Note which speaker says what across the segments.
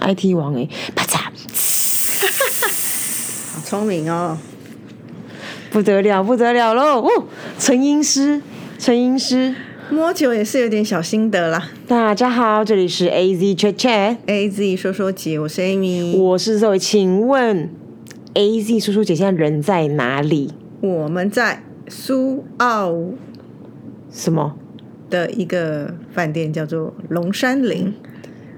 Speaker 1: IT 王哎、啪嚓，
Speaker 2: 好聪明哦，
Speaker 1: 不得了，不得了喽！哦，成音师，成音师，
Speaker 2: 摸球也是有点小心得啦。
Speaker 1: 大家好，这里是 AZ Chat Chat，
Speaker 2: A Z 说说姐，我是 Amy，
Speaker 1: 我是 Zoe，请问 AZ 叔叔姐现在人在哪里？
Speaker 2: 我们在苏澳
Speaker 1: 什么？
Speaker 2: 的一个饭店叫做龙山林，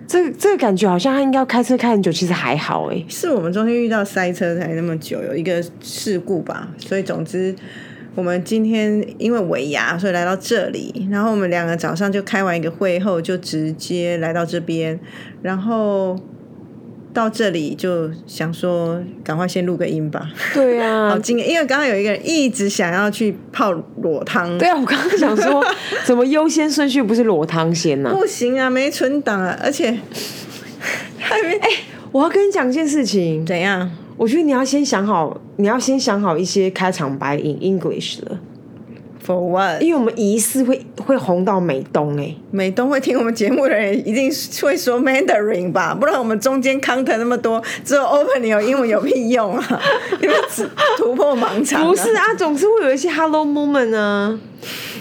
Speaker 1: 这个这个感觉好像他应该要开车开很久，其实还好哎、
Speaker 2: 是我们中间遇到塞车才那么久，有一个事故吧，所以总之。我们今天因为尾牙，所以来到这里。然后我们两个早上就开完一个会后，就直接来到这边。然后到这里就想说，赶快先录个音吧。
Speaker 1: 对啊
Speaker 2: 好，惊艳！因为刚刚有一个人一直想要去泡裸汤，
Speaker 1: 对啊，我刚刚想 说，怎么优先顺序不是裸汤先呢、
Speaker 2: 不行啊，没存档啊，而且还没哎、
Speaker 1: 我要跟你讲一件事情，
Speaker 2: 怎样？
Speaker 1: 我觉得你要先想好，你要先想好一些开场白 in English 的，
Speaker 2: For what？
Speaker 1: 因为我们疑似会会红到美东哎、
Speaker 2: 美东会听我们节目的人一定会说 Mandarin 吧，不然我们中间 content 那么多，只有 open 有英文有屁 用啊！你们只突破盲场、
Speaker 1: 不是， 啊，总是会有一些 Hello moment 啊，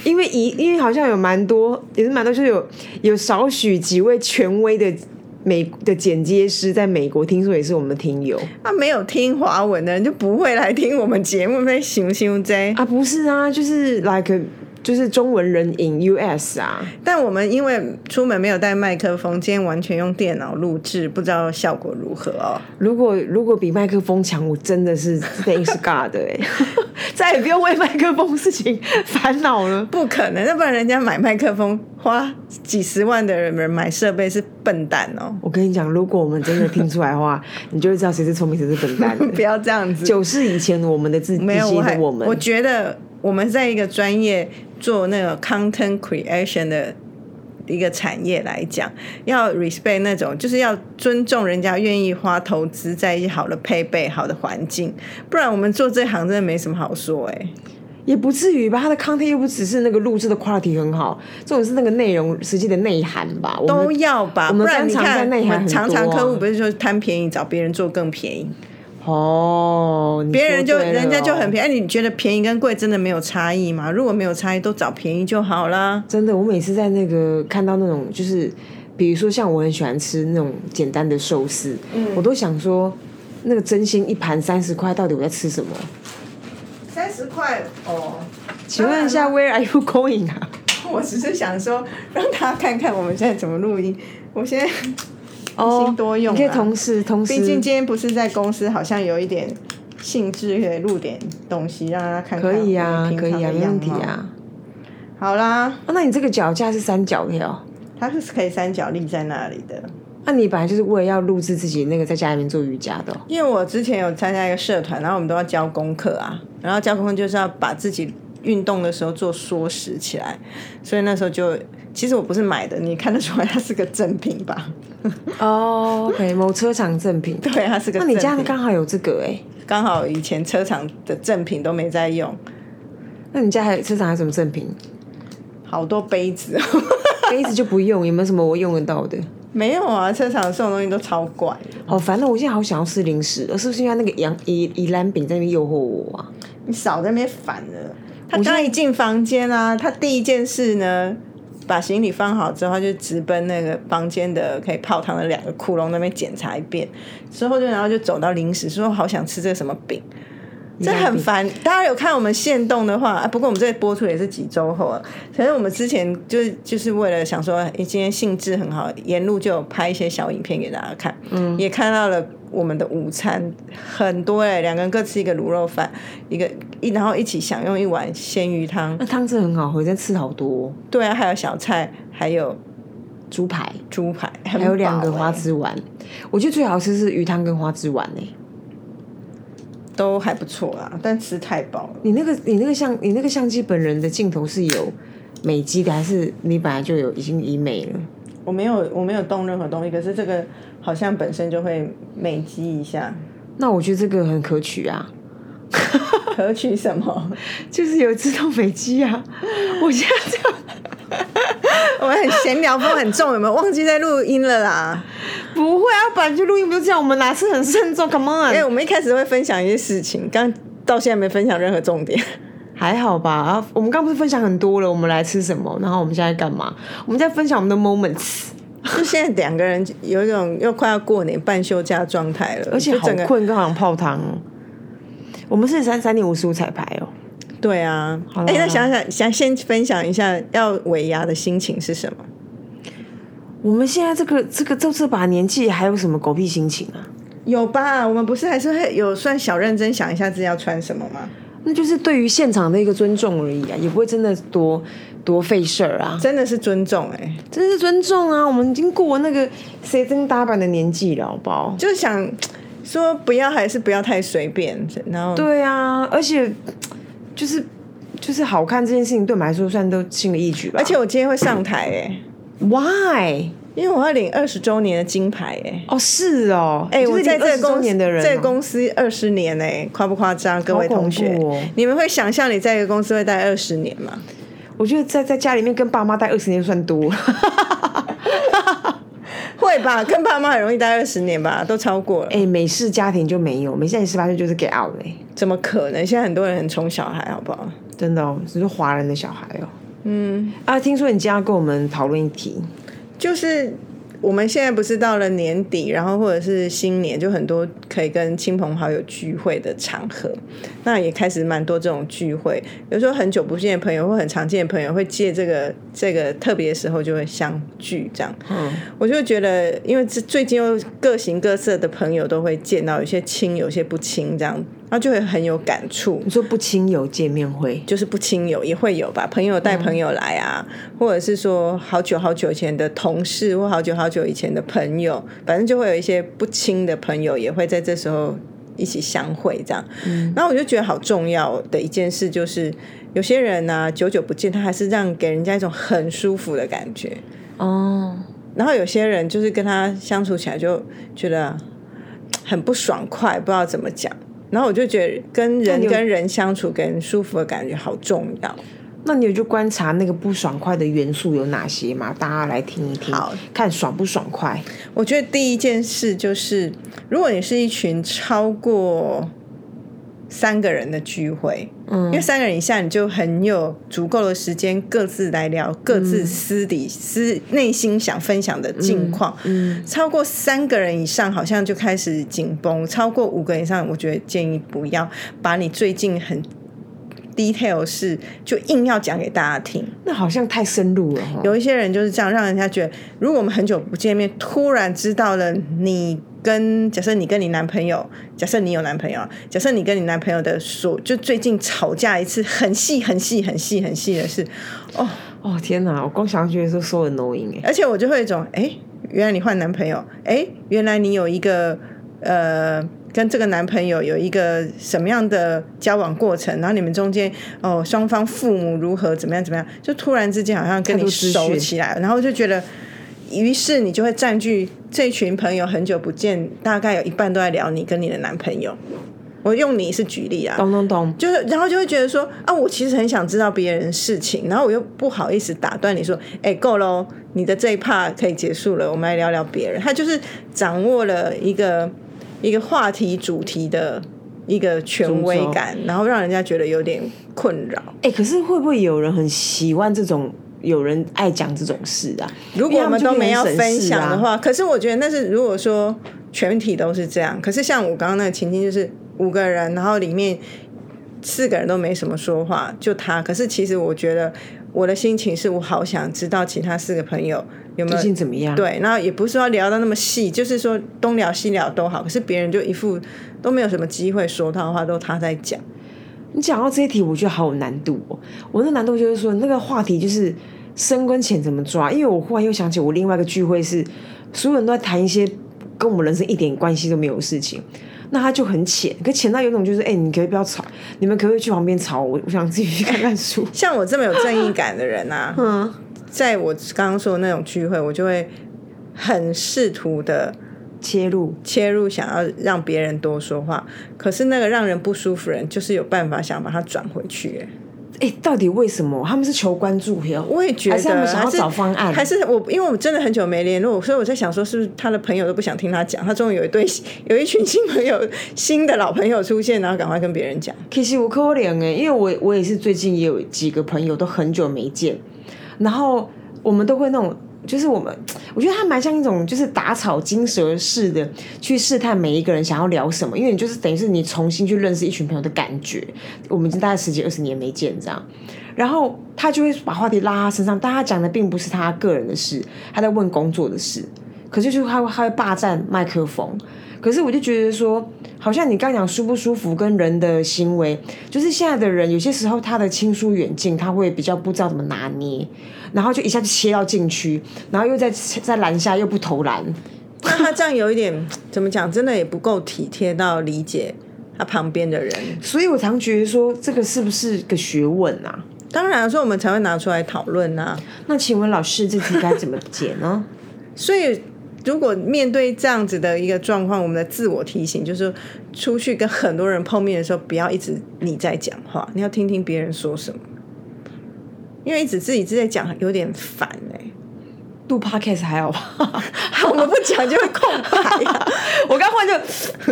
Speaker 1: 因为疑因为好像有蛮多，也是蛮多，就是有有少许几位权威的美的剪接师在美国，听说也是我们的听友
Speaker 2: 他、没有听华文的人就不会来听我们节目，那行行这。
Speaker 1: 啊，不是啊，就是 like 就是中文人 in US 啊，
Speaker 2: 但我们因为出门没有带麦克风，今天完全用电脑录制，不知道效果如何哦。
Speaker 1: 如果如果比麦克风强，我真的是 thanks God 哎、 再也不用为麦克风事情烦恼了。
Speaker 2: 不可能，要不然人家买麦克风花几十万的人买设备是笨蛋 哦。
Speaker 1: 我跟你讲，如果我们真的听出来的 话，你就会知道谁是聪明，谁是笨蛋了。
Speaker 2: 不要这样子，
Speaker 1: 九是以前的我们的自己
Speaker 2: 没有我还
Speaker 1: 的我们，
Speaker 2: 我觉得我们在一个专业做那个 content creation 的一个产业来讲，要 respect 那种，就是要尊重人家愿意花投资在一些好的配备、好的环境，不然我们做这行真的没什么好说哎、
Speaker 1: 也不至于吧。他的 content 又不只是那个录制的 quality 很好，这种是那个内容实际的内涵吧。我
Speaker 2: 都
Speaker 1: 们
Speaker 2: 要吧，
Speaker 1: 我
Speaker 2: 不
Speaker 1: 们
Speaker 2: 然你
Speaker 1: 专长在
Speaker 2: 看，
Speaker 1: 内
Speaker 2: 我
Speaker 1: 涵
Speaker 2: 们
Speaker 1: 很
Speaker 2: 常常
Speaker 1: 多啊
Speaker 2: 客户不是说贪便宜找别人做更便宜，
Speaker 1: 哦，你
Speaker 2: 别人就
Speaker 1: 说对了
Speaker 2: 人家就很
Speaker 1: 哦
Speaker 2: 便宜，哎你觉得便宜跟贵真的没有差异吗？如果没有差异，都找便宜就好啦。
Speaker 1: 真的。我每次在那个看到那种就是，比如说像我很喜欢吃那种简单的寿司，
Speaker 2: 嗯
Speaker 1: 我都想说。那个真心一盘三十块，到底我在吃什么？
Speaker 2: 三十块哦。
Speaker 1: 请问一下
Speaker 2: 当
Speaker 1: ，Where are you going 啊？
Speaker 2: 我只是想说，让大家看看我们现在怎么录音。我现在一
Speaker 1: 哦
Speaker 2: 心多用、啊
Speaker 1: 你可以同，时同时。
Speaker 2: 毕竟今天不是在公司，好像有一点兴致，可以录点东西让大家看看。
Speaker 1: 可以啊，可以啊，没问题
Speaker 2: 样貌。
Speaker 1: 啊。
Speaker 2: 好啦，
Speaker 1: 啊那你这个脚架是三角的哦。
Speaker 2: 它是可以三角立在那里的。
Speaker 1: 那、你本来就是为了要录制自己那个在家里面做瑜伽的哦、
Speaker 2: 因为我之前有参加一个社团，然后我们都要交功课啊，然后交功课就是要把自己运动的时候做缩时起来，所以那时候就其实我不是买的，你看得出来它是个正品 吧？
Speaker 1: 哦、o k 某车厂赠品。
Speaker 2: 对，它是个
Speaker 1: 那
Speaker 2: 正
Speaker 1: 你
Speaker 2: 品。
Speaker 1: 家刚好有这个哎、
Speaker 2: 刚好以前车厂的赠品都没在用，
Speaker 1: 那你家还有车厂还有什么赠品？
Speaker 2: 好多杯子，哦
Speaker 1: 杯子就不用，有没有什么我用得到的？
Speaker 2: 没有啊，车厂送的东西都超怪的。
Speaker 1: 好烦哦！我现在好想要吃零食，哦而是不是因为那个洋宜宜兰饼在那边诱惑我啊？
Speaker 2: 你少在那边烦了。他刚一进房间啊，他第一件事呢，把行李放好之后，他就直奔那个房间的可以泡汤的两个窟窿那边检查一遍，之后就然后就走到零食，说好想吃这个什么饼。这很烦，大家有看我们现动的话，啊、不过我们这个播出也是几周后啊。可是我们之前就是就是为了想说，诶今天兴致很好，沿路就有拍一些小影片给大家看，嗯，也看到了我们的午餐很多哎、两个人各吃一个卤肉饭，一个一然后一起享用一碗鲜鱼汤，
Speaker 1: 那汤汁很好喝，我在吃好多哦、
Speaker 2: 对啊，还有小菜，还有
Speaker 1: 猪排，
Speaker 2: 猪排，哎
Speaker 1: 还
Speaker 2: 还
Speaker 1: 有两个
Speaker 2: 欸
Speaker 1: 花枝丸。我觉得最好吃是鱼汤跟花枝丸哎、
Speaker 2: 都还不错啊，但吃太饱了。
Speaker 1: 你那个你那个相你那个相机本人的镜头是有美肌的，还是你本来就有已经医美了？
Speaker 2: 我没有我没有动任何东西，可是这个好像本身就会美肌一下。
Speaker 1: 那我觉得这个很可取啊。
Speaker 2: 何取什么？
Speaker 1: 就是有自动美肌啊。 我现在这样
Speaker 2: 我们很闲聊风很重，有没有忘记在录音了啦？
Speaker 1: 不会啊，本来就录音不就这样，我们哪次很慎重？Come
Speaker 2: 因
Speaker 1: on，
Speaker 2: 为我们一开始会分享一些事情，刚到现在没分享任何重 点。
Speaker 1: 还好吧啊。我们刚不是分享很多了，我们来吃什么？然后我们现在干嘛？我们在分享我们的 moments，
Speaker 2: 就现在两个人有一种又快要过年半休假的状态了，
Speaker 1: 而且
Speaker 2: 就
Speaker 1: 好
Speaker 2: 整个
Speaker 1: 困，跟好像泡汤哦。我们是三三点五十五彩排哦。
Speaker 2: 对啊。
Speaker 1: 好啦
Speaker 2: 哎、那想想想先分享一下要尾牙的心情是什么？
Speaker 1: 我们现在这个这个这这把年纪还有什么狗屁心情啊？
Speaker 2: 有吧？我们不是还是会有算小认真想一下自己要穿什么吗？
Speaker 1: 那就是对于现场的一个尊重而已啊，也不会真的多多费事儿啊。
Speaker 2: 真的是尊重哎、
Speaker 1: 真是尊重啊！我们已经过了那个谁真打扮的年纪了，好不好？
Speaker 2: 就是想说不要还是不要太随便，然后
Speaker 1: 对啊，而且就是就是好看这件事情，对我们来说算都轻而易举吧。
Speaker 2: 而且我今天会上台哎、
Speaker 1: why
Speaker 2: 因为我要领二十周年的金牌哎、
Speaker 1: 哦是哦，
Speaker 2: 哎、
Speaker 1: 你就
Speaker 2: 我
Speaker 1: 是
Speaker 2: 在这
Speaker 1: 20
Speaker 2: 个
Speaker 1: 周
Speaker 2: 公
Speaker 1: 年的人、哦，
Speaker 2: 这个公司二十年哎、夸不夸张？各位
Speaker 1: 好恐
Speaker 2: 同学，
Speaker 1: 怖哦
Speaker 2: 你们会想象你在一个公司会待二十年吗？
Speaker 1: 我觉得在在家里面跟爸妈待二十年算 多了。
Speaker 2: 会吧，跟爸妈很容易待二十年吧，都超过了，
Speaker 1: 哎、美式家庭就没有，美式家庭十八岁就是 get out 嘞、
Speaker 2: 怎么可能？现在很多人很宠小孩，好不好？
Speaker 1: 真的哦，只是华人的小孩哦。
Speaker 2: 嗯，
Speaker 1: 啊，听说你今天要跟我们讨论一题，
Speaker 2: 就是我们现在不是到了年底，然后或者是新年，就很多可以跟亲朋好友聚会的场合，那也开始蛮多这种聚会。有时候很久不见的朋友或很常见的朋友，会借这个 这个特别的时候就会相聚，这样。
Speaker 1: 嗯，
Speaker 2: 我就觉得，因为这最近又各形各色的朋友都会见到，有些亲，有些不亲，这样，然后就会很有感触。
Speaker 1: 你说不亲友见面会，
Speaker 2: 就是不亲友也会有吧，朋友
Speaker 1: 嗯
Speaker 2: 带朋友来啊，或者是说好久好久以前的同事或好久好久以前的朋友，反正就会有一些不亲的朋友也会在这时候一起相会这样。
Speaker 1: 嗯
Speaker 2: 然后我就觉得好重要的一件事就是，有些人呢、久久不见，他还是让给人家一种很舒服的感觉。
Speaker 1: 哦，
Speaker 2: 然后有些人就是跟他相处起来就觉得很不爽快，不知道怎么讲。然后我就觉得跟人
Speaker 1: 你有
Speaker 2: 跟人相处，给人舒服的感觉好重要。
Speaker 1: 那你有去观察那个不爽快的元素有哪些吗？大家来听一听，
Speaker 2: 好
Speaker 1: 看爽不爽快。
Speaker 2: 我觉得第一件事就是，如果你是一群超过三个人的聚会，嗯，因为三个人以下，你就很有足够的时间各自来聊各自私底、私内心想分享的近况。嗯，超过三个人以上，好像就开始紧绷；超过五个人以上，我觉得建议不要把你最近很 detail 的事就硬要讲给大家听。
Speaker 1: 那好像太深入了哈。
Speaker 2: 有一些人就是这样，让人家觉得，如果我们很久不见面，突然知道了你跟假设你跟你男朋友，假设你有男朋友啊，假设你跟你男朋友的所就最近吵架一次，很细很细很细很细的事，哦，
Speaker 1: 哦天哪，我光想觉得说说 annoying 哎、
Speaker 2: 而且我就会有一种，哎，原来你换男朋友，哎，原来你有一个呃。跟这个男朋友有一个什么样的交往过程，然后你们中间哦，双方父母如何怎么样怎么样，就突然之间好像跟
Speaker 1: 太
Speaker 2: 你
Speaker 1: 多资讯
Speaker 2: 熟起来了，然后就觉得，于是你就会占据这群朋友很久不见，大概有一半都在聊你跟你的男朋友。我用你是举例啊，
Speaker 1: 懂懂懂，
Speaker 2: 就是，然后就会觉得说啊，我其实很想知道别人的事情，然后我又不好意思打断你说，哎、够喽，你的这一 part 可以结束了，我们来聊聊别人。他就是掌握了一个一个话题主题的一个权威感，然后让人家觉得有点困扰。
Speaker 1: 哎、可是会不会有人很喜欢这种？有人爱讲这种事啊？
Speaker 2: 如果我们都没有分
Speaker 1: 因为他们就
Speaker 2: 享的
Speaker 1: 可以很省事啊，
Speaker 2: 话，可是我觉得那是如果说全体都是这样，可是像我刚刚那个情境就是五个人，然后里面四个人都没什么说话，就他。可是其实我觉得我的心情是我好想知道其他四个朋友有没
Speaker 1: 最近
Speaker 2: 有。
Speaker 1: 怎么样？，
Speaker 2: 对，然后也不是说聊到那么细，就是说东聊西聊都好，可是别人就一副都没有什么机会说他的话，都他在讲。
Speaker 1: 你讲到这一题，我觉得好有难度哦。我那难度就是说，那个话题就是深跟浅怎么抓？因为我忽然又想起我另外一个聚会是，所有人都在谈一些跟我们人生一点关系都没有的事情。那他就很浅，可浅到有种就是，哎、你可不可以不要吵，你们可不可以去旁边吵？我我想自己去看看书。
Speaker 2: 像我这么有正义感的人啊，
Speaker 1: 嗯，
Speaker 2: 在我刚刚说的那种聚会，我就会很试图的
Speaker 1: 切入，
Speaker 2: 切入，想要让别人多说话，可是那个让人不舒服人，就是有办法想把它转回去。哎
Speaker 1: 哎，到底为什么他们是求关注哟？
Speaker 2: 我也觉得，
Speaker 1: 还是他们想要
Speaker 2: 还是
Speaker 1: 找方案
Speaker 2: 还是我，因为我真的很久没联络，所以我在想说，是不是他的朋友都不想听他讲？他终于有一对 有一群新朋友、新的老朋友出现，然后赶快跟别人讲。
Speaker 1: 其实我可怜哎，因为我我也是最近也有几个朋友都很久没见，然后我们都会那种，就是我们我觉得他蛮像一种就是打草惊蛇似的去试探每一个人想要聊什么，因为你就是等于是你重新去认识一群朋友的感觉。我们已经大概十几二十年没见这样，然后他就会把话题拉他身上，但他讲的并不是他个人的事，他在问工作的事，可是就是他会他会霸占麦克风。可是我就觉得说，好像你刚讲舒不舒服跟人的行为，就是现在的人有些时候他的亲疏远近，他会比较不知道怎么拿捏，然后就一下就切到禁区，然后又在在篮下又不投篮，
Speaker 2: 那他这样有一点怎么讲？真的也不够体贴到理解他旁边的人。
Speaker 1: 所以我常觉得说这个是不是个学问啊？
Speaker 2: 当然，所以我们才会拿出来讨论啊呐、
Speaker 1: 那请问老师这题该怎么 解呢？
Speaker 2: 所以，如果面对这样子的一个状况，我们的自我提醒就是，出去跟很多人碰面的时候，不要一直你在讲话，你要听听别人说什么，因为一直自己自己在讲有点烦哎、
Speaker 1: 录 podcast 还好吧？
Speaker 2: 我们不讲就会空白、啊，
Speaker 1: 我刚换就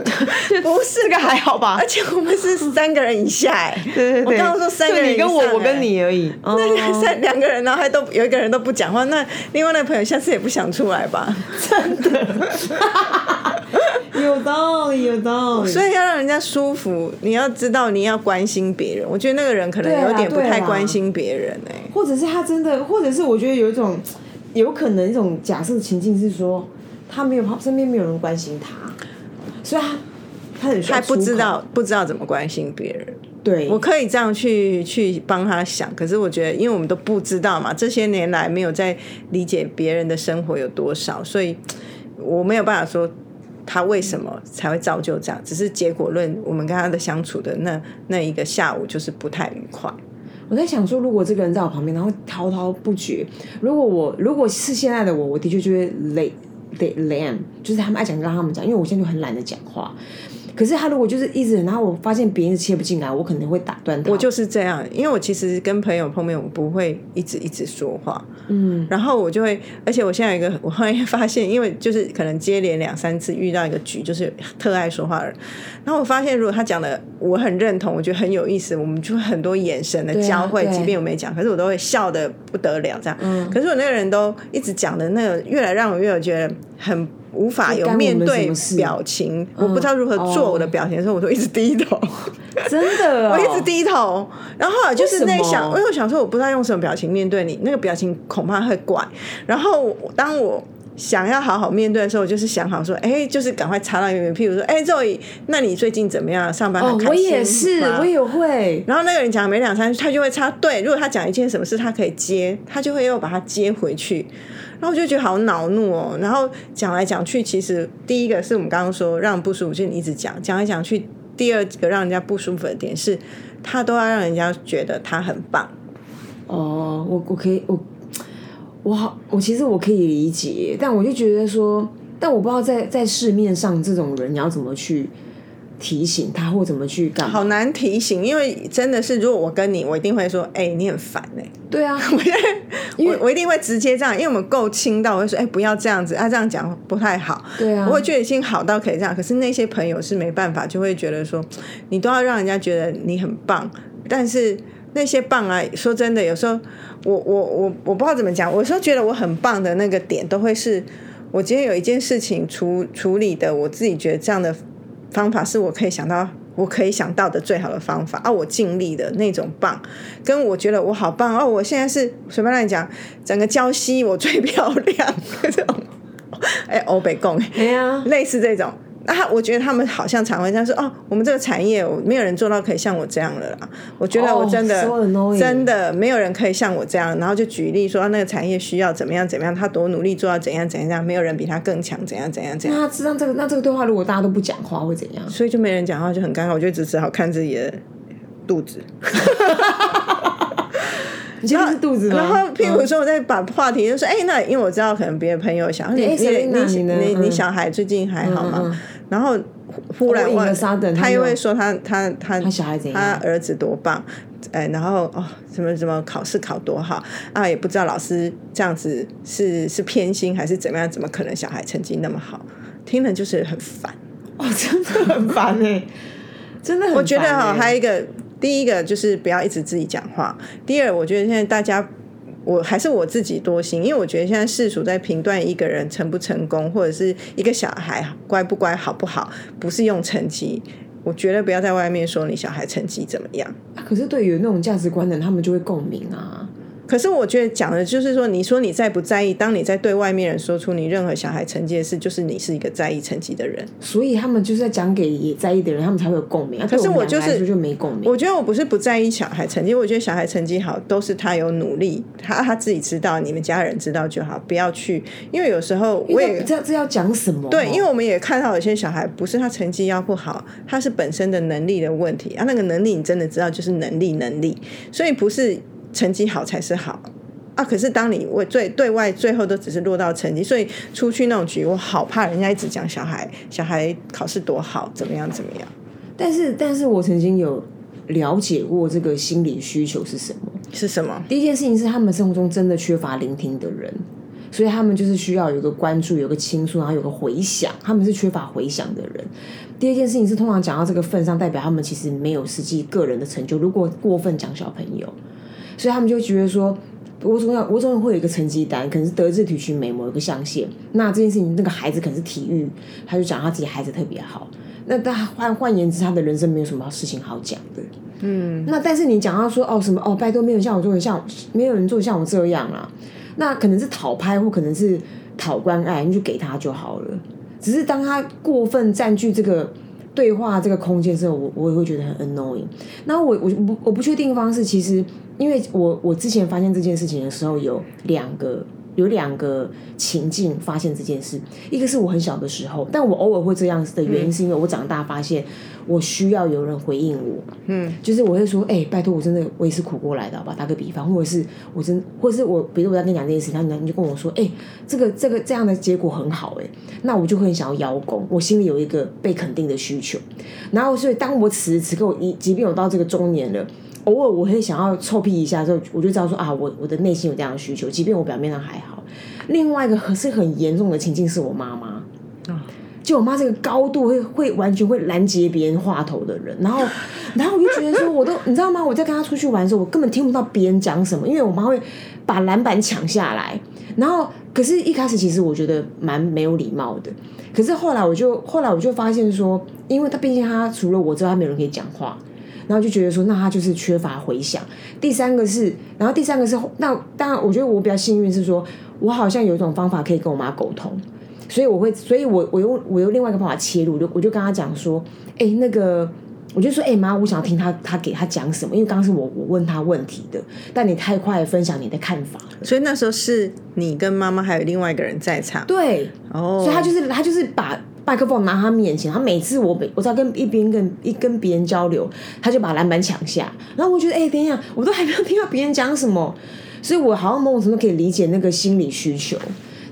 Speaker 2: 不是
Speaker 1: 这个还好吧
Speaker 2: 而？且我们是三个人以下、欸，
Speaker 1: 对对对，
Speaker 2: 我刚刚说三个人
Speaker 1: 就你跟
Speaker 2: 以上
Speaker 1: 我，我
Speaker 2: 哎
Speaker 1: 跟你而已。
Speaker 2: 那
Speaker 1: 哦
Speaker 2: 个三两个人，然后还都有一个人都不讲话，那另外那个朋友下次也不想出来吧？
Speaker 1: 有道理，有道理。
Speaker 2: 所以要让人家舒服，你要知道你要关心别人。我觉得那个人可能
Speaker 1: 对啦
Speaker 2: 有点不
Speaker 1: 对啊
Speaker 2: 太
Speaker 1: 啦
Speaker 2: 关心别人哎、
Speaker 1: 或者是他真的，或者是我觉得有一种，有可能一种假设情境是说，他没有旁身边没有人关心他，所以他他很需要
Speaker 2: 还不
Speaker 1: 出口
Speaker 2: 知道不知道怎么关心别人。
Speaker 1: 对
Speaker 2: 我可以这样去去帮他想，可是我觉得，因为我们都不知道嘛，这些年来没有在理解别人的生活有多少，所以我没有办法说他为什么才会造就这样。只是结果论，我们跟他的相处的那那一个下午就是不太愉快。
Speaker 1: 我在想说，如果这个人在我旁边，然后滔滔不绝，如果我如果是现在的我，我的确就会累累累，就是他们爱讲就让他们讲，因为我现在就很懒得讲话。可是他如果就是一直，然后我发现别人切不进来，我可能会打断他。
Speaker 2: 我就是这样，因为我其实跟朋友碰面，我不会一直一直说话，嗯，然后我就会，而且我现在有一个，我后来发现，因为就是可能接连两三次遇到一个局，就是特爱说话的人，然后我发现，如果他讲的我很认同，我觉得很有意思，我们就会很多眼神的
Speaker 1: 对啊
Speaker 2: 交汇，
Speaker 1: 对
Speaker 2: 即便我没讲，可是我都会笑的不得了这样，嗯，可是我那个人都一直讲的那个，越来让我越觉得很。无法有
Speaker 1: 干我们
Speaker 2: 面
Speaker 1: 什
Speaker 2: 对
Speaker 1: 么事
Speaker 2: 表情，我不知道如何
Speaker 1: 哦
Speaker 2: 做我的表情的时候，我都一直 低头。
Speaker 1: 真的、哦
Speaker 2: 我一直，低头，然后后来就是在
Speaker 1: 啊为什
Speaker 2: 想，
Speaker 1: 么
Speaker 2: 因为我想说我不知道用什么表情面对你，那个表情恐怕会怪。然后我当我想要好好面对的时候，我就是想好说，哎，就是赶快插到一边，譬如说，哎，肉姨，那你最近怎么样？上班很
Speaker 1: 哦
Speaker 2: 开，心
Speaker 1: 我也是，
Speaker 2: 吗
Speaker 1: 我也会。
Speaker 2: 然后那个人讲没两三句，他就会插队。如果他讲一件什么事，他可以接，他就会又把它接回去。然后我就觉得好恼怒哦。然后讲来讲去，其实第一个是我们刚刚说让人不舒服，就是你一直讲讲来讲去。第二个让人家不舒服的点是，他都要让人家觉得他很棒。
Speaker 1: 哦，我我可以，我我好，我其实我可以理解，但我就觉得说，但我不知道在在市面上这种人，你要怎么去提醒他，或怎么去干嘛？
Speaker 2: 好难提醒，因为真的是，如果我跟你，我一定会说，哎、你很烦哎、
Speaker 1: 对 啊，
Speaker 2: 我我一定会直接这样，因为我们够亲到，我会说，哎、不要这样子，啊，这样讲不太好。
Speaker 1: 对啊，
Speaker 2: 我会觉得已经好到可以这样，可是那些朋友是没办法，就会觉得说，你都要让人家觉得你很棒，但是那些棒啊，说真的，有时候我我我我不知道怎么讲，我有时候觉得我很棒的那个点，都会是我今天有一件事情处处理的，我自己觉得这样的方法是我可以想到。我可以想到的最好的方法啊，我尽力的那种棒，跟我觉得我好棒哦，我现在是随便乱讲，整个礁溪我最漂亮这种，哎、欧北贡
Speaker 1: 哎呀，
Speaker 2: 类似这种。那他我觉得他们好像常会这样说哦，我们这个产业没有人做到可以像我这样了啦。我觉得
Speaker 1: 哦
Speaker 2: 我真的、
Speaker 1: so annoying
Speaker 2: 真的没有人可以像我这样，然后就举例说、啊那个产业需要怎么样怎么样，他多努力做到怎样怎样怎样，没有人比他更强，怎样怎样怎样，
Speaker 1: 那这样这个那这个对话，如果大家都不讲话会怎 样？
Speaker 2: 所以就没人讲话就很尴尬，我就只只好看自己的肚子。
Speaker 1: 你现在是肚子吗？
Speaker 2: 然后，譬如
Speaker 1: 嗯
Speaker 2: 说，我再把话题就说，哎、那因为我知道可能别的朋友想，你
Speaker 1: 对
Speaker 2: 你
Speaker 1: Selena，
Speaker 2: 你
Speaker 1: 你呢
Speaker 2: 你
Speaker 1: 嗯
Speaker 2: 你小孩最近还好吗？
Speaker 1: 嗯嗯嗯
Speaker 2: 然后忽忽然
Speaker 1: 我赢了
Speaker 2: 问，
Speaker 1: Sutton，
Speaker 2: 他
Speaker 1: 他
Speaker 2: 又
Speaker 1: 有
Speaker 2: 会说他他他
Speaker 1: 他小孩怎样
Speaker 2: 他儿子多棒，哎，然后哦，什么什么考试考多好啊，也不知道老师这样子是是偏心还是怎么样，怎么可能小孩成绩那么好？听了就是很烦。
Speaker 1: 哦， 真的很烦哎、真的很、欸。
Speaker 2: 我觉得哈，还有一个，第一个就是不要一直自己讲话。第二，我觉得现在大家，我还是我自己多心，因为我觉得现在世俗在评断一个人成不成功，或者是一个小孩乖不乖、好不好，不是用成绩。我觉得不要在外面说你小孩成绩怎么样。
Speaker 1: 啊可是对于有那种价值观的人，他们就会共鸣啊。
Speaker 2: 可是我觉得讲的就是说，你说你在不在意？当你在对外面人说出你任何小孩成绩的事，就是你是一个在意成绩的人。
Speaker 1: 所以他们就是在讲给也在意的人，他们才会有共鸣。啊、可
Speaker 2: 是我就是
Speaker 1: 就没共鸣。
Speaker 2: 我觉得我不是不在意小孩成绩，我觉得小孩成绩好都是他有努力，他他自己知道，你们家人知道就好，不要去，因为有哦时候我也
Speaker 1: 这这这要讲什么？哦对
Speaker 2: 对，因为我们也看到有些小孩不是他成绩要不好，他是本身的能力的问题啊，那个能力你真的知道就是能力能力，所以不是成绩好才是好。啊！可是当你我最对外最后都只是落到成绩，所以出去那种局，我好怕人家一直讲小孩，小孩考试多好，怎么样怎么样。
Speaker 1: 但是但是我曾经有了解过这个心理需求是什么。
Speaker 2: 是什么？
Speaker 1: 第一件事情是，他们生活中真的缺乏聆听的人，所以他们就是需要有一个关注，有一个倾诉，然后有个回响。他们是缺乏回响的人。第二件事情是，通常讲到这个份上，代表他们其实没有实际个人的成就。如果过分讲小朋友，所以他们就会觉得说，我总要我总会有一个成绩单，可能是德智体群美某一个象限。那这件事情，那个孩子可能是体育，他就讲他自己孩子特别好。那他换换言之，他的人生没有什么事情好讲的。那但是你讲到说哦什么哦，拜托没有像我做的像没有人做得像我这样啦，那可能是讨拍或可能是讨关爱，你就给他就好了。只是当他过分占据这个对话这个空间之后，我我也会觉得很 annoying。那我我不我不确定的方式，其实因为我我之前发现这件事情的时候，有两个有两个情境发现这件事，一个是我很小的时候，但我偶尔会这样子的原因，是因为我长大发现我需要有人回应我，嗯，就是我会说，哎、拜托，我真的我也是苦过来的，好吧？打个比方，或者是我真，或者是我，比如我在跟你讲这件事，然后你你就跟我说，哎、这个这个这样的结果很好、哎，那我就会很想要邀功，我心里有一个被肯定的需求，然后所以当我此时此刻，我一即便我到这个中年了。偶尔我会想要臭屁一下之后，我就知道说啊，我我的内心有这样的需求，即便我表面上还好。另外一个很是很严重的情境是我妈妈，就我妈这个高度会会完全会拦截别人话头的人，然后然后我就觉得说，我都你知道吗？我在跟她出去玩的时候，我根本听不到别人讲什么，因为我妈会把篮板抢下来，然后可是一开始其实我觉得蛮没有礼貌的，可是后来我就后来我就发现说，因为她毕竟她除了我之外，她没有人可以讲话。然后就觉得说，那他就是缺乏回响。第三个是，然后第三个是，那当然，我觉得我比较幸运是说，我好像有一种方法可以跟我妈沟通，所以我会，所以我我用我用另外一个方法切入，我就我就跟她讲说，哎、那个。我就说，哎、妈，我想听她她给她讲什么，因为刚刚是我我问她问题的，但你太快分享你的看法了，
Speaker 2: 所以那时候是你跟妈妈还有另外一个人在场。
Speaker 1: 对，
Speaker 2: 哦，
Speaker 1: 所以他就是他就是把麦克风拿他面前，他每次我每我在跟一边跟一跟别人交流，他就把篮板抢下，然后我觉得哎、等一下，我都还没有听到别人讲什么， 所以我好像某种程度可以理解那个心理需求。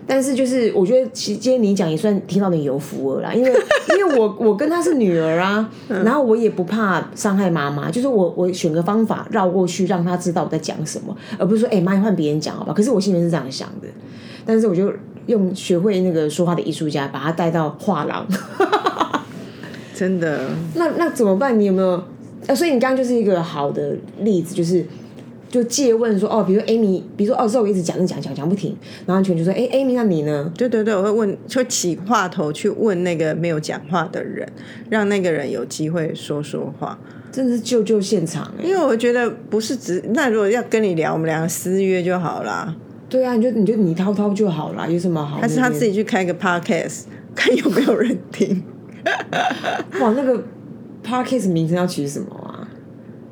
Speaker 1: 但是就是，我觉得其实今天你讲也算听到你有福了啦，因为 因为我我跟她是女儿啊，然后我也不怕伤害妈妈，就是我我选个方法绕过去，让她知道我在讲什么，而不是说哎妈、你换别人讲好吧？可是我心里面是这样想的，但是我就用学会那个说话的艺术家，把他带到画廊。
Speaker 2: 真的，
Speaker 1: 那那怎么办？你有没有？呃，所以你刚刚就是一个好的例子，就是就借问说，哦，比如 Amy，比如说哦，这我一直讲讲讲讲不停，然后全就说，哎、a m y 那你呢？
Speaker 2: 对对对，我会问，就起话头去问那个没有讲话的人，让那个人有机会说说话。
Speaker 1: 真的是救救现场哎、
Speaker 2: 因为我觉得不是只那如果要跟你聊，我们两个私约就好啦，
Speaker 1: 对啊，你就你就你滔滔就好啦，有什么好？还
Speaker 2: 还是他自己去开个 podcast，看有没有人听。
Speaker 1: 哇，那个 podcast 名称要取什么啊？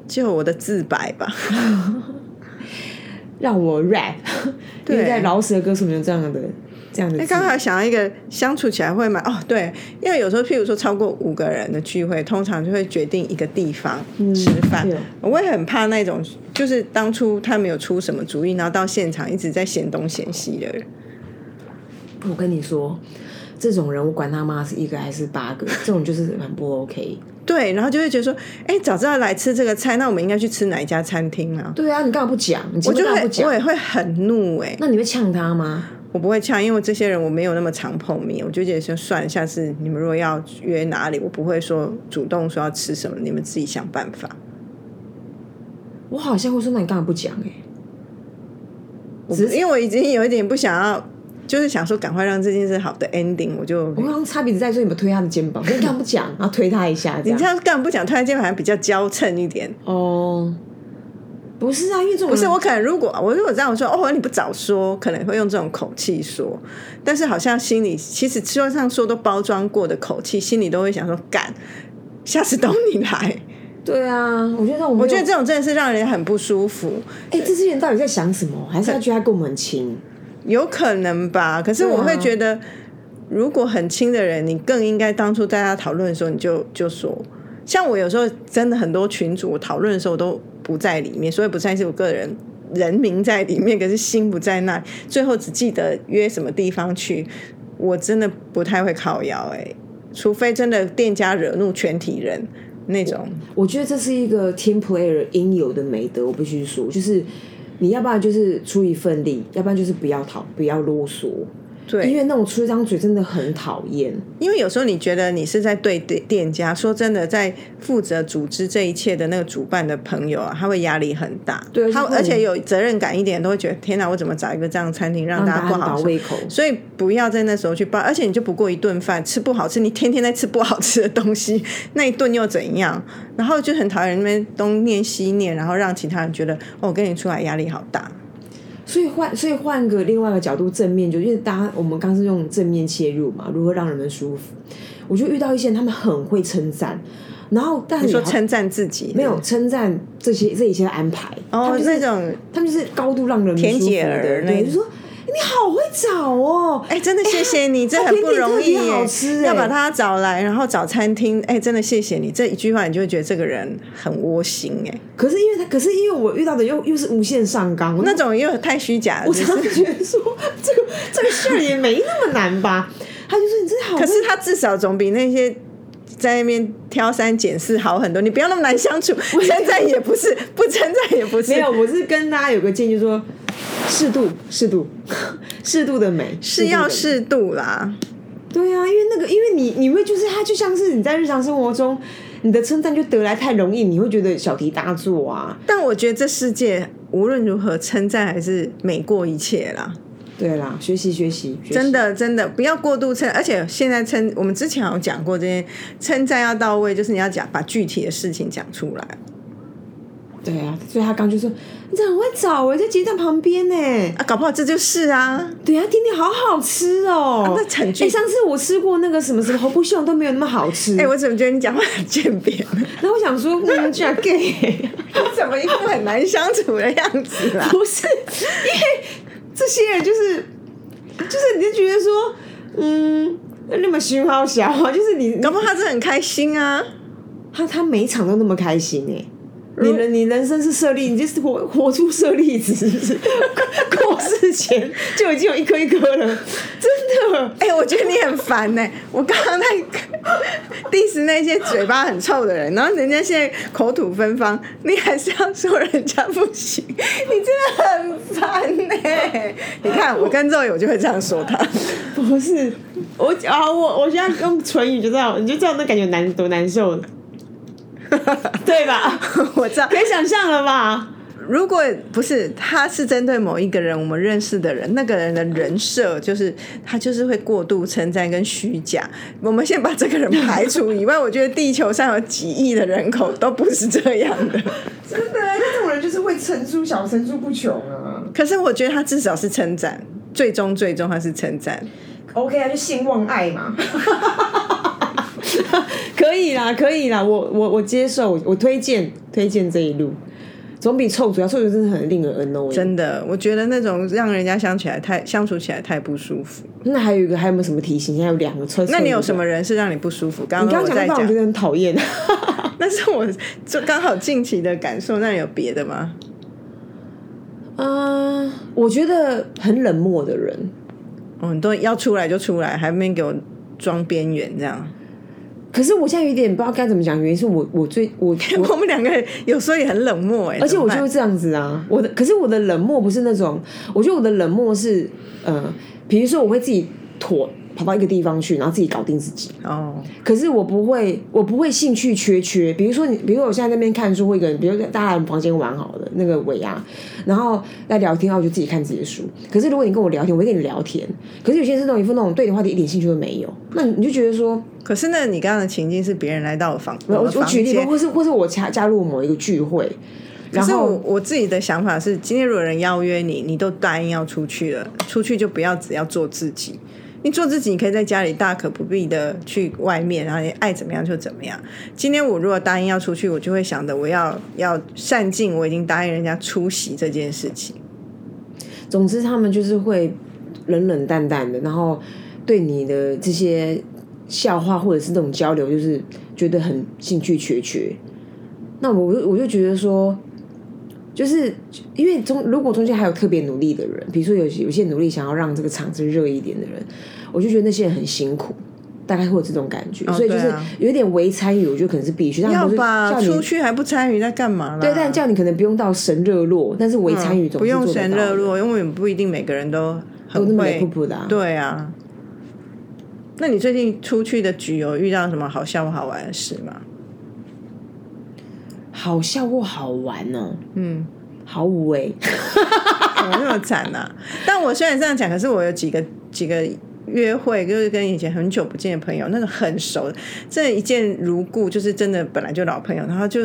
Speaker 2: 就我的自白吧，
Speaker 1: 让我 rap，因为在饶舌歌手没有这样的。这样的
Speaker 2: 哎，
Speaker 1: 字。
Speaker 2: 刚才想到一个相处起来会蛮哦，对，因为有时候譬如说超过五个人的聚会，通常就会决定一个地方吃饭。
Speaker 1: 嗯对
Speaker 2: 我也很怕那种，就是当初他没有出什么主意，然后到现场一直在嫌东嫌西的人。
Speaker 1: 我跟你说，这种人我管他妈是一个还是八个，这种就是很不 OK。
Speaker 2: 对，然后就会觉得说，哎，早知道来吃这个菜，那我们应该去吃哪一家餐厅啊？
Speaker 1: 对啊，你干嘛不讲？你前
Speaker 2: 我
Speaker 1: 面
Speaker 2: 就
Speaker 1: 干嘛
Speaker 2: 会
Speaker 1: 不，讲
Speaker 2: 我？也会很怒哎、
Speaker 1: 那你会呛他吗？
Speaker 2: 我不会呛，因为这些人我没有那么常碰面，我就觉得说算了，下次你们如果要约哪里，我不会说主动说要吃什么，你们自己想办法。
Speaker 1: 我好像会说，那你干嘛不讲、欸？
Speaker 2: 我不因为我已经有一点不想要，就是想说赶快让这件事好的 ending，我就
Speaker 1: 我刚刚擦鼻子在说，你们推他的肩膀，你干嘛不讲？然后推他一下，这
Speaker 2: 你
Speaker 1: 样
Speaker 2: 这。样干嘛不讲，突然间好像比较娇嗔一点。
Speaker 1: 哦，不是啊，因为这种
Speaker 2: 不是，
Speaker 1: 人
Speaker 2: 我可能如果我如果这样说，哦，你不早说，可能会用这种口气说，但是好像心里其实就算说都包装过的口气，心里都会想说干，下次都你来。
Speaker 1: 对啊，我觉得我们
Speaker 2: 我觉得这种真的是让人很不舒服，
Speaker 1: 哎、这些人到底在想什么？还是他觉得他跟我们很亲？
Speaker 2: 有可能吧？可是我会觉得，如果很亲的人，你更应该当初大家讨论的时候，你就就说。像我有时候真的很多群主讨论的时候，我都不在里面，所以不算是我个人人名在里面，可是心不在那里，最后只记得约什么地方去。我真的不太会靠腰哎、除非真的店家惹怒全体人那种。
Speaker 1: 我觉得这是一个 team player 应有的美德，我必须说，就是你要不然就是出一份力，要不然就是不要讨，不要啰嗦。
Speaker 2: 对，
Speaker 1: 因为那种出一张嘴真的很讨厌。
Speaker 2: 因为有时候你觉得你是在对店店家，说真的，在负责组织这一切的那个主办的朋友啊，他会压力很大，
Speaker 1: 对
Speaker 2: 他
Speaker 1: 就会
Speaker 2: 而且有责任感一点，都会觉得天哪，我怎么找一个这样的餐厅让大家不
Speaker 1: 让大家
Speaker 2: 好
Speaker 1: 倒
Speaker 2: 吃
Speaker 1: 胃口
Speaker 2: 所以不要在那时候去报，而且你就不过一顿饭，吃不好吃，你天天在吃不好吃的东西，那一顿又怎样？然后就很讨厌那边东念西念，然后让其他人觉得哦，我跟你出来压力好大。
Speaker 1: 所以换，所以换个另外一个角度，正面就因为大家我们刚是用正面切入嘛，如何让人们舒服？我就遇到一些人，他们很会称赞，然后但是
Speaker 2: 你说
Speaker 1: 也好
Speaker 2: 称赞自己
Speaker 1: 没有称赞这些这一切的安排，他
Speaker 2: 哦
Speaker 1: 们，就是
Speaker 2: 那种
Speaker 1: 他们就是高度让人
Speaker 2: 田
Speaker 1: 不舒服
Speaker 2: 姐
Speaker 1: 的，
Speaker 2: 儿
Speaker 1: 对，
Speaker 2: 那
Speaker 1: 就说哎你好会找哦，
Speaker 2: 哎、真的谢谢你，这
Speaker 1: 它
Speaker 2: 很不容易
Speaker 1: 它甜点特别好
Speaker 2: 耶！
Speaker 1: 吃哎耶
Speaker 2: 要把它找来，然后找餐厅，哎、真的谢谢你这一句话，你就会觉得这个人很窝心哎。
Speaker 1: 可是因为他，可是因为我遇到的又又是无限上纲，我
Speaker 2: 那种又太虚假了，
Speaker 1: 我
Speaker 2: 就
Speaker 1: 常
Speaker 2: 是
Speaker 1: 常觉得说这个这个事儿也没那么难吧？ 他就说你真的好会
Speaker 2: 可是他至少总比那些在那边挑三拣四好很多。你不要那么难相处，称赞也不是，不称赞也不是，
Speaker 1: 没有，我是跟大家有个建议，就是说适度、适度、适度的美
Speaker 2: 是要
Speaker 1: 适
Speaker 2: 适度啦。
Speaker 1: 度的美对啊，因为那个，因为你你会就是它就像是你在日常生活中，你的称赞就得来太容易，你会觉得小题大做啊。
Speaker 2: 但我觉得这世界无论如何，称赞还是美过一切啦。
Speaker 1: 对啦，学习学习，学习
Speaker 2: 真的真的不要过度称，而且现在称我们之前好像讲过这些称赞要到位，就是你要讲把具体的事情讲出来
Speaker 1: 对啊。所以他刚就说你这很会找我在捷运站旁边呢、
Speaker 2: 啊，搞不好这就是啊，
Speaker 1: 对啊，甜点好好吃哦、
Speaker 2: 啊那很
Speaker 1: 哎、上次我吃过那个什么什么侯不秀都没有那么好吃。
Speaker 2: 哎、我怎么觉得你讲话很渐变，
Speaker 1: 然后我想说，嗯，居然 gay。
Speaker 2: 怎么一副很难相处的样子啊 啦？
Speaker 1: 不是，因为这些人就是，就是你就觉得说，嗯，那么熏好小啊，就是你
Speaker 2: 搞不好他真的很开心啊，
Speaker 1: 他他每一场都那么开心哎、你人你人生是设立，你就是活活出舍利子，是不是？过世前就已经有一颗一颗了，真的。
Speaker 2: 哎、我觉得你很烦呢、我刚刚在 diss 那些嘴巴很臭的人，然后人家现在口吐芬芳，你还是要说人家不行，你真的很烦呢、你看我跟肉友就会这样说他，
Speaker 1: 不是我啊，我我现在用唇语就知道，你就知道那感觉难多难受了，对吧？
Speaker 2: 我知道。
Speaker 1: 可以想象了吧？
Speaker 2: 如果不是他是针对某一个人，我们认识的人，那个人的人设就是他就是会过度称赞跟虚假。我们先把这个人排除以外，我觉得地球上有几亿的人口都不是这样的。
Speaker 1: 真的，这种人就是会层出小层出不穷啊。
Speaker 2: 可是我觉得他至少是称赞，最终最终他是称赞。
Speaker 1: OK 啊，就性望爱嘛。 可以啦，可以啦，我我我接受，我我推荐推荐这一路，总比臭主要臭主真的很令人 annoy。
Speaker 2: 真的，我觉得那种让人家相起来太相处起来太不舒服了。
Speaker 1: 那还有一个，还有没有什么提醒？现在有两个车。
Speaker 2: 那你有
Speaker 1: 么？
Speaker 2: 什么人是让你不舒服？刚
Speaker 1: 你刚刚
Speaker 2: 刚我
Speaker 1: 讲
Speaker 2: 在
Speaker 1: 到，我
Speaker 2: 讲
Speaker 1: 觉，得很讨厌。
Speaker 2: 那是我就刚好近期的感受。那你有别的吗？
Speaker 1: 嗯，我觉得很冷漠的人，
Speaker 2: 哦很多要出来就出来，还没给我装边缘这样。
Speaker 1: 可是我现在有点不知道该怎么讲，原因是我我最我我，
Speaker 2: 我们两个人有时候也很冷漠哎、
Speaker 1: 而且我
Speaker 2: 怎
Speaker 1: 就
Speaker 2: 么
Speaker 1: 会这样子啊。我的可是我的冷漠不是那种，我觉得我的冷漠是呃，比如说我会自己妥跑到一个地方去，然后自己搞定自己。
Speaker 2: 办哦，
Speaker 1: 可是我不会，我不会兴趣缺缺。比如说你，比如说我现在在那边看书，或一个人，比如在大家的房间玩好了，那个尾牙，然后在聊天，然后我就自己看自己的书。可是如果你跟我聊天，我会跟你聊天。可是有些人是那种一副那种对你的话题一点兴趣都没有，那你就觉得说，
Speaker 2: 可是那你刚刚的情境是别人来到我房，
Speaker 1: 我
Speaker 2: 我的
Speaker 1: 我
Speaker 2: 房
Speaker 1: 举例吧，
Speaker 2: 间。
Speaker 1: 或是或是我加加入某一个聚会，然
Speaker 2: 可是我
Speaker 1: 后
Speaker 2: 我自己的想法是，今天如果有人邀约你，你都答应要出去了，出去就不要只要做自己。你做自己，你可以在家里大可不必的去外面，然后你爱怎么样就怎么样。今天我如果答应要出去，我就会想着我要要善尽我已经答应人家出席这件事情。
Speaker 1: 总之他们就是会冷冷淡淡的，然后对你的这些笑话或者是这种交流，就是觉得很兴趣缺缺。那我就我就觉得说，就是因为中如果中间还有特别努力的人，比如说有些有些努力想要让这个场子热一点的人，我就觉得那些人很辛苦。大概会有这种感觉，所以就是
Speaker 2: 对啊
Speaker 1: 有点微参与，我觉得可能是必须。但
Speaker 2: 要
Speaker 1: 不是
Speaker 2: 吧，
Speaker 1: 叫你
Speaker 2: 出去还不参与，在干嘛啦？
Speaker 1: 对，但叫你可能不用到神热络，但是微参与总
Speaker 2: 嗯不
Speaker 1: 是
Speaker 2: 用
Speaker 1: 做得
Speaker 2: 神
Speaker 1: 到的
Speaker 2: 热络，因为不一定每个人都
Speaker 1: 都那
Speaker 2: 很
Speaker 1: 么雷
Speaker 2: 会
Speaker 1: 噗。噗的、啊。
Speaker 2: 对啊，那你最近出去的局有遇到什么好笑或好玩的事吗？
Speaker 1: 好笑或好玩哦，
Speaker 2: 嗯，
Speaker 1: 好无哎、
Speaker 2: 欸 怎么那么惨啊？但我虽然这样讲，可是我有几个几个约会，就是跟以前很久不见的朋友，那种很熟的，真的一见如故，就是真的本来就老朋友，然后就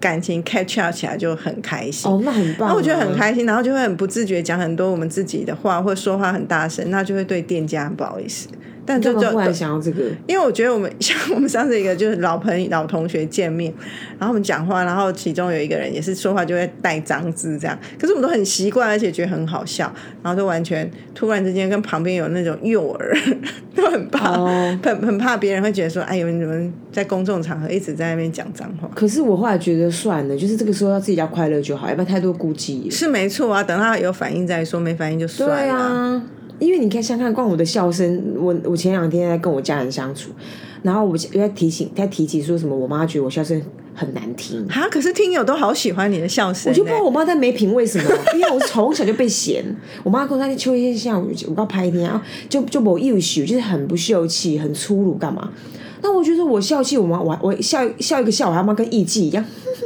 Speaker 2: 感情 catch up 起来就很开心。
Speaker 1: 哦，那很棒、啊，
Speaker 2: 那我觉得很开心，然后就会很不自觉讲很多我们自己的话，或者说话很大声，那就会对店家很不好意思。但
Speaker 1: 你
Speaker 2: 就
Speaker 1: 干
Speaker 2: 就
Speaker 1: 嘛忽然想要这个？
Speaker 2: 因为我觉得我们 像我们上次一个就是老朋友老同学见面，然后我们讲话，然后其中有一个人也是说话就会带脏字这样，可是我们都很习惯，而且觉得很好笑，然后都完全突然之间跟旁边有那种幼儿 都很怕，
Speaker 1: 哦
Speaker 2: 很很怕别人会觉得说，哎呦，你们在公众场合一直在那边讲脏话。
Speaker 1: 可是我后来觉得算了，就是这个时候要自己要快乐就好，要不然太多顾忌了。
Speaker 2: 是没错啊，等他有反应再说，没反应就算了。
Speaker 1: 对啊，因为你看，想看光我的笑声，我我前两天在跟我家人相处，然后我就在提醒，在提起说什么，我妈觉得我笑声很难听。
Speaker 2: 啊！可是听友都好喜欢你的笑声、欸，
Speaker 1: 我就不知道我妈在没品味什么， 因为我从小就被嫌。我妈跟我说：“秋天下午我要拍一天啊，就就某优秀，就是很不秀气，很粗鲁，干嘛？”那我觉得我笑气，我妈我我笑笑一个笑，我还妈跟艺妓一样，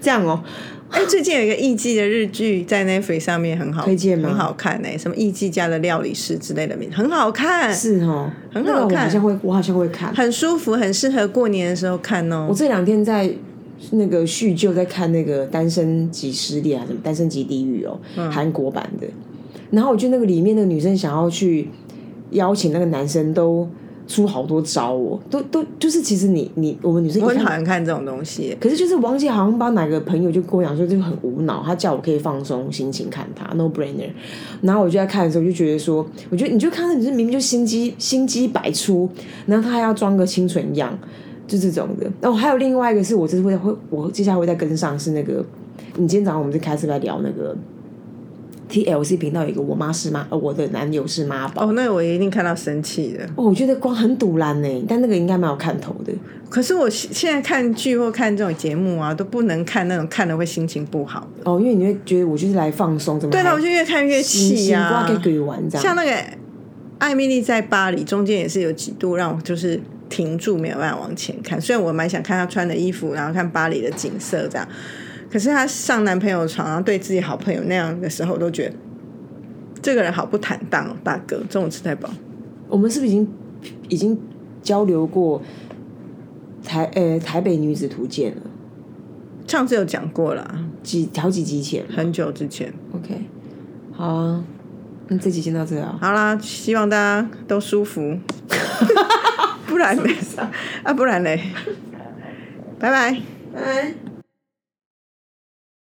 Speaker 1: 这样哦、
Speaker 2: 哎、最近有一个艺伎的日剧在 Netflix 上面很好
Speaker 1: 推荐吗
Speaker 2: 很好看哎、什么艺伎家的料理师之类的名，很好看，
Speaker 1: 是哦、
Speaker 2: 很
Speaker 1: 那个
Speaker 2: 好
Speaker 1: 我好
Speaker 2: 看
Speaker 1: 像会，我好像会看。
Speaker 2: 很舒服，很适合过年的时候看哦
Speaker 1: 我。这两天在那个叙旧，在看那个《单身即失恋》啊，什么《单身即地狱》哦，
Speaker 2: 嗯
Speaker 1: 韩国版的。然后我觉得那个里面那个女生想要去邀请那个男生，都出好多招哦，都都就是其实你你我们女生
Speaker 2: 我
Speaker 1: 一
Speaker 2: 很讨
Speaker 1: 看，
Speaker 2: 厌看这种东西欸、
Speaker 1: 可是就是王姐好像帮哪个朋友就跟我讲说就很无脑，她叫我可以放松心情看她 No brainer。然后我就在看的时候我就觉得说，我觉得你就看到你是明明就心机心机百出，然后她还要装个清纯样，就这种的。然后还有另外一个是我这次会会我接下来会再跟上是那个，你今天早上我们在开始在聊那个 TLC 频道有一个我妈是妈，呃我的男友是妈宝。
Speaker 2: 哦，那我一定看到生气的。
Speaker 1: 哦，我觉得光很堵然呢，但那个应该蛮有看头的。
Speaker 2: 可是我现现在看剧或看这种节目啊，都不能看那种看了会心情不好的。
Speaker 1: 哦，因为你会觉得我就是来放松，怎么
Speaker 2: 对了，
Speaker 1: 还
Speaker 2: 我就越看越气啊
Speaker 1: 心
Speaker 2: 呀、
Speaker 1: 瓜给鬼玩这样。
Speaker 2: 像那个艾米丽在巴黎，中间也是有几度让我就是停住，没有办法往前看。虽然我蛮想看她穿的衣服，然后看巴黎的景色这样，可是她上男朋友的床，然后对自己好朋友那样的时候，我都觉得这个人好不坦荡哦，大哥，这种吃太饱。
Speaker 1: 我们是不是已经已经交流过台呃台北女子图鉴了？
Speaker 2: 上次有讲过了，
Speaker 1: 几好几集前
Speaker 2: 很久之前。
Speaker 1: ，OK，好啊，那这集先到这啊。
Speaker 2: 好啦，希望大家都舒服，不然呢？啊，不然嘞，拜拜。
Speaker 1: 拜。